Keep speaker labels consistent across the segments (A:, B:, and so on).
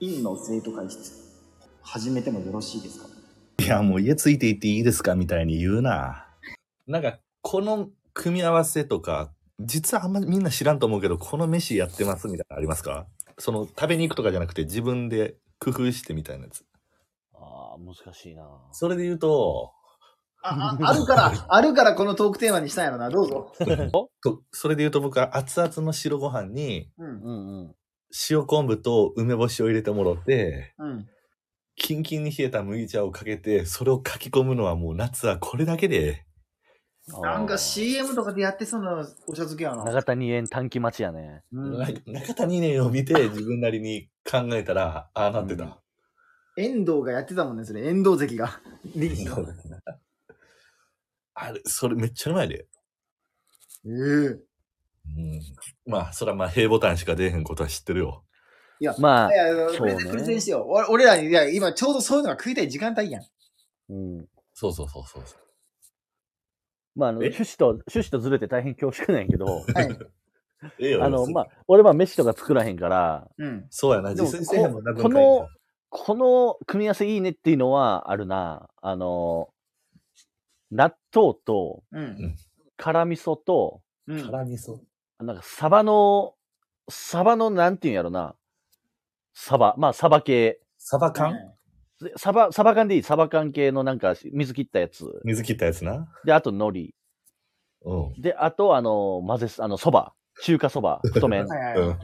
A: 院の生徒会室始めてもよろしいですか
B: いや、もう家ついて行っていいですかみたいに言うな。なんか、この組み合わせとか、実はあんまみんな知らんと思うけど、この飯やってますみたいなのありますかその、食べに行くとかじゃなくて、自分で工夫してみたいなやつ。
C: ああ、難しいな。
B: それで言うと、
A: あああるから、あるからこのトークテーマにしたんやろな、どうぞ。
B: とそれで言うと僕は熱々の白ご飯に、
A: うん、
C: うんうん。
B: 塩昆布と梅干しを入れてもろって、
A: うん。
B: キンキンに冷えた麦茶をかけて、それをかき込むのはもう夏はこれだけで、
A: なん
C: あ
A: か
C: ー
A: CM とかでやってそうなお茶漬けやな。
C: 長谷園短期待ちやね。
A: うん、
B: 中田2年を見て自分なりに考えたら、ああなってた。
C: うん
A: 遠藤がやってたもんね、それ。遠藤関が。力 士の。
B: あれ、それめっちゃうまいで。
A: ええ
B: うん、まあ、それはまあ、平ボタンしか出えへんことは知ってるよ。
C: まあ
A: い、やいや、
C: そ
A: プ
C: う
A: レ
C: ね
A: ゼンプレゼンしてよ。俺俺らに、いや、今ちょうどそういうのが食いたい時間帯やん。
C: うん。
B: そうそうそうそう。
C: まあ、あの、
B: え
C: 趣旨と、趣旨とずれて大変恐縮なんやけど、
A: はい。
B: ええよ。
C: あの、まあ、俺は飯とか作らへんから、
A: うん。
B: そうやな、
C: でも
B: 実際せえへんもんな、
C: ここのこの組み合わせいいねっていうのはあるな。あの、納豆と
A: うん。
C: 辛味噌と、
A: う
B: 文化
A: ん。
B: 辛味噌。
C: なんかサバの、サバのなんていうんやろな。サバ、まあサバ系。
B: サバ缶、
C: でサバ、サバ缶でいい。サバ缶系のなんか水切ったやつ。
B: 水切ったやつな。
C: で、あと海苔。
B: うん。
C: で、あとあの、混ぜす、あの、蕎麦。中華蕎麦。太麺
A: は。いはいは
B: う
A: い。
B: ん。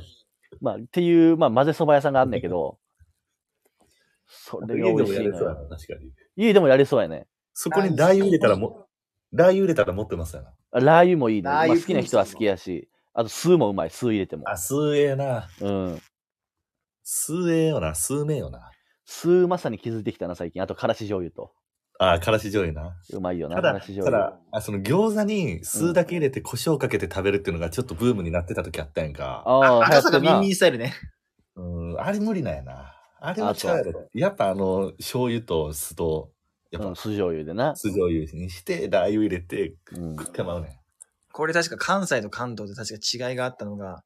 C: まあ、っていう、まあ、混ぜそば屋さんがあんねんけど、それが
B: 家
C: 美
B: で
C: 味
B: も
C: し
B: や
C: い
B: れ
C: の
B: そうやな、
C: よ。
B: 確かに。
C: 家でもやれそうやね。
B: そこにラー油入れたらも、ラー油入れたら持ってますやな。
C: あラー油もいいね。
A: ラー
C: まあ、
A: 油
C: 好きな人は好きやし、あと、酢もうまい。酢入れても。
B: あ、酢ええな。
C: うん。
B: 酢ええよな、酢めえよな。
C: 酢まさに気づいてきたな、最近。あと、からし醤油と。
B: あ、からし醤油な。
C: うまいよな、
B: た
C: か
B: だ、
C: らした醤油。
B: だ、あその餃子に酢だけ入れて胡椒かけて食べるっていうのがちょっとブームになってた時あったやんか。
C: ああ、流
A: 赤
C: 行って
A: 坂
C: る
A: ミン
C: な
A: ミ。ンスタイルね。
B: うん、あれ無理なんやな。あれは
C: あ
B: 違
C: そう
B: うやろ。やっぱあの、醤油と酢と、やっ
C: う
B: ぱ
C: ん、酢醤油でな。
B: 酢醤油にして、ラー油入れて
C: うん。
B: 食ってまうねん。
A: これ確か関西と関東で確か違いがあったのが、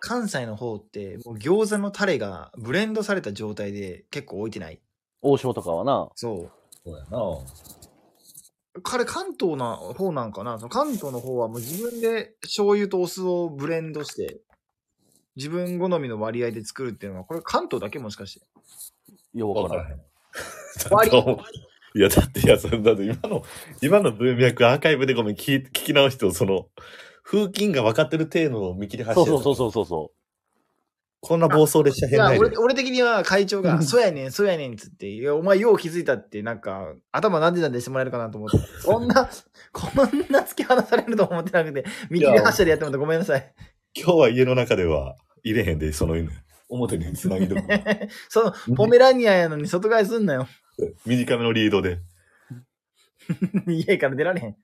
A: 関西の方ってもう餃子のタレがブレンドされた状態で結構置いてない。
C: 王将とかはな。
A: そう。
B: そうやな。
A: 彼関東の方なんかなその関東の方はもう自分で醤油とお酢をブレンドして、自分好みの割合で作るっていうのは、これ関東だけもしかして。
C: ようわ
B: わ
C: か
B: からら
C: ん。
B: へん。
A: 割り
B: だといや、だって、いや、それだって今の、今の文脈アーカイブでごめん、聞い聞き直しても、その、風琴が分かってる程度を見切り発
C: そう
B: 車
C: そうそうそうそ
B: こんな暴走列車
A: い
B: 変
A: や
B: ないで
A: 俺、。俺的には会長
C: う
A: が、
C: ん
A: そうやねん、そうやねんっつって、いや、お前よう気づいたって、なんか、頭なんでなんでしてもらえるかなと 思って、こんな、こんな突き放されると思ってなくて、見切り発車でやってもらってごめんなさい。
B: 今日は家の中では入れへんで、その犬。表につなぎとく。
A: その、ポメラニアやのに外返すんなよ。
B: 短めのリードで。
A: 家から出られへん。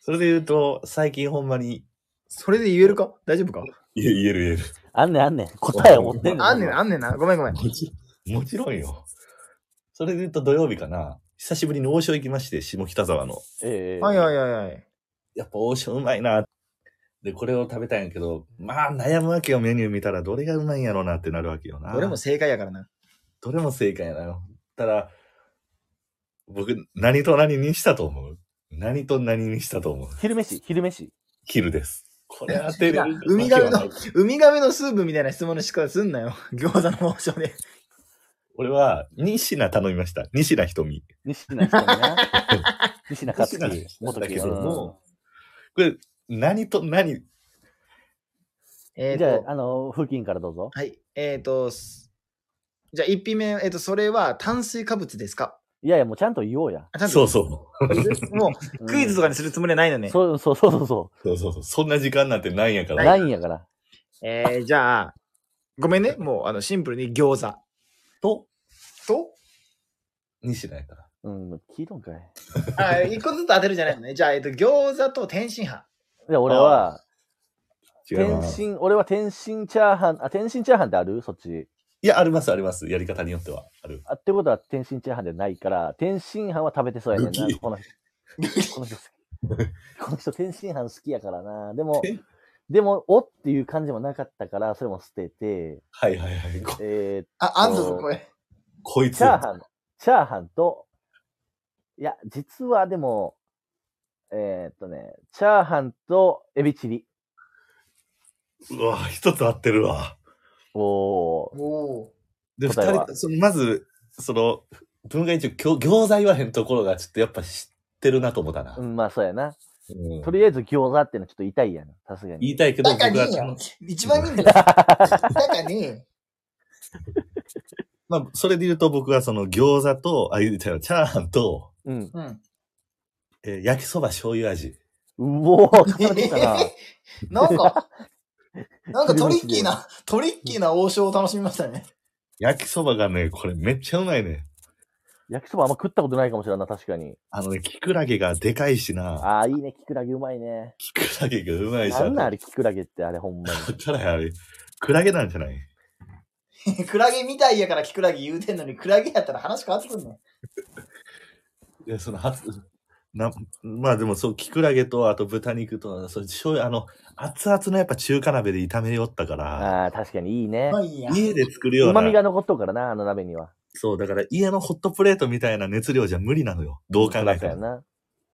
B: それで言うと、最近ほんまに、
A: それで言えるか大丈夫か
B: い言える言える。
C: う。あんねんあんねん。答えを持ってんねん。
A: あんねんな、あんねんな。ごめんごめん。
B: もちろん、もちろんよ。それで言うと土曜日かな。久しぶりに王将行きまして、下北沢の。
C: ええ
A: はいはいはいはい。
B: やっぱ王将うまいな。で、これを食べたいんやけど、まあ悩むわけよ、メニュー見たら、どれがうまいんやろうなってなるわけよな。
A: どれも、正解やからな。
B: どれも正解やなよ。ただ、僕、何と何にしたと思う何と何にしたと思う
C: 昼飯、昼飯。
B: 昼です。これ当てれ
A: いや
B: る。
A: ウミガメの。ウミガメのスープみたいな質問の仕方すんなよ。 餃子の王将で。
B: 俺は、西名頼みました。西名瞳。
C: 西名人に な。西名
B: 西
C: 勝樹
B: 名。
C: 元
B: だ
C: 木
B: けどもこれ、何と何、
A: え
C: うん
A: っ
C: じゃあ、
A: と、
C: あの、付近からどうぞ。
A: はい。えっ、と、すじゃあ1品目、えっ、と、それは炭水化物ですか
C: いやいや、もうちゃんと言おうや。
A: あちゃんと
B: そうそ う。
A: も
C: う
A: うんクイズとかにするつもりはないのね。
C: そうそうそうそうそ
B: そうそうそう。そんな時間なんてないんやか
C: う。
B: ら。
C: ないんやから。
A: えー、じゃあ、ごめんね。もう、あの、シンプルに餃子
B: と、
A: と、
B: 西名やから。
C: うん、聞いとんかい。い
A: あ、一個ずつ当てるじゃないのね。じゃあ、えっ、と、餃子と天津飯。
C: や、俺は、
B: 違い
C: 天
B: ます。
C: 津、俺は天津チャーハン、あ、天津チャーハンってあるそっち。
B: いや、あります、あります。やり方によっては。ある。
C: あ、ってことは天津チャーハンでないから、天津飯は食べてそうやねん
B: 武
C: な。
B: 器
C: この人。この人好き。この人天津飯好きやからな。でも
B: え、
C: でも、おっていう感じもなかったから、それも捨てて、
B: はいはいはい。こ
C: えー
A: あ、安藤の声。
B: こいつ。
C: チャーハン、チャーハンと、いや、実はでも、えーっとね、チャーハンとエビチリ。
B: うわ、一つ合ってるわ。
C: おー。
A: おお
B: で、二
C: 答えは
B: 人と、そのまず、その、文化一応、餃餃子言わへんところが、ちょっとやっぱ知ってるなと思ったな。
C: うん、まあそうやな。
B: うん
C: とりあえず餃子っていうのちょっと痛いやな、さすが
B: 言
C: に。
B: いたいけ
A: ー。
B: ど、
A: なん
B: 僕
A: かね
B: は
A: え
B: そ
A: よ
B: の、。
A: 一番人気だ。なんかね
B: まあ、それで言うと僕はその餃子と、あ、言うてたよチャーハンと、
C: うん。
A: え。うん。
B: えー焼きそば醤油味。
C: うおー、変わってきた な。
A: なんか、なんかトリッ キーな、トリッキーな王将を楽しみましたね。
B: 焼きそばがね、これめっちゃうまいね。
C: 焼きそばあんま食ったことないかもしれんな、確かに。
B: あのね、キクラゲがでかいしな。
C: ああ、いいね、キクラゲうまいね。
B: キクラゲがうまいし。
C: なんなんあ
B: れ
C: れ、キクラゲって、あれほんまに。
B: からや、あれ。クラゲなんじゃない
A: クラゲみたいやからキクラゲ言うてんのに、クラゲやったら話変わってくんねん。
B: いや、その、はつなまあでもそう、キクラゲと、あと豚肉と、そう醤油、あの、熱々のやっぱ中華鍋で炒めよったから、
C: ああ、確かにいいね
A: ま。あいいや。
B: 家で作るよう
C: 旨
B: な
C: 味、が残っとうからな、あの鍋には。
B: そう、だから家のホットプレートみたいな熱量じゃ無理なのよ。どう考え
C: そ
B: て
C: うや
B: も。
C: な。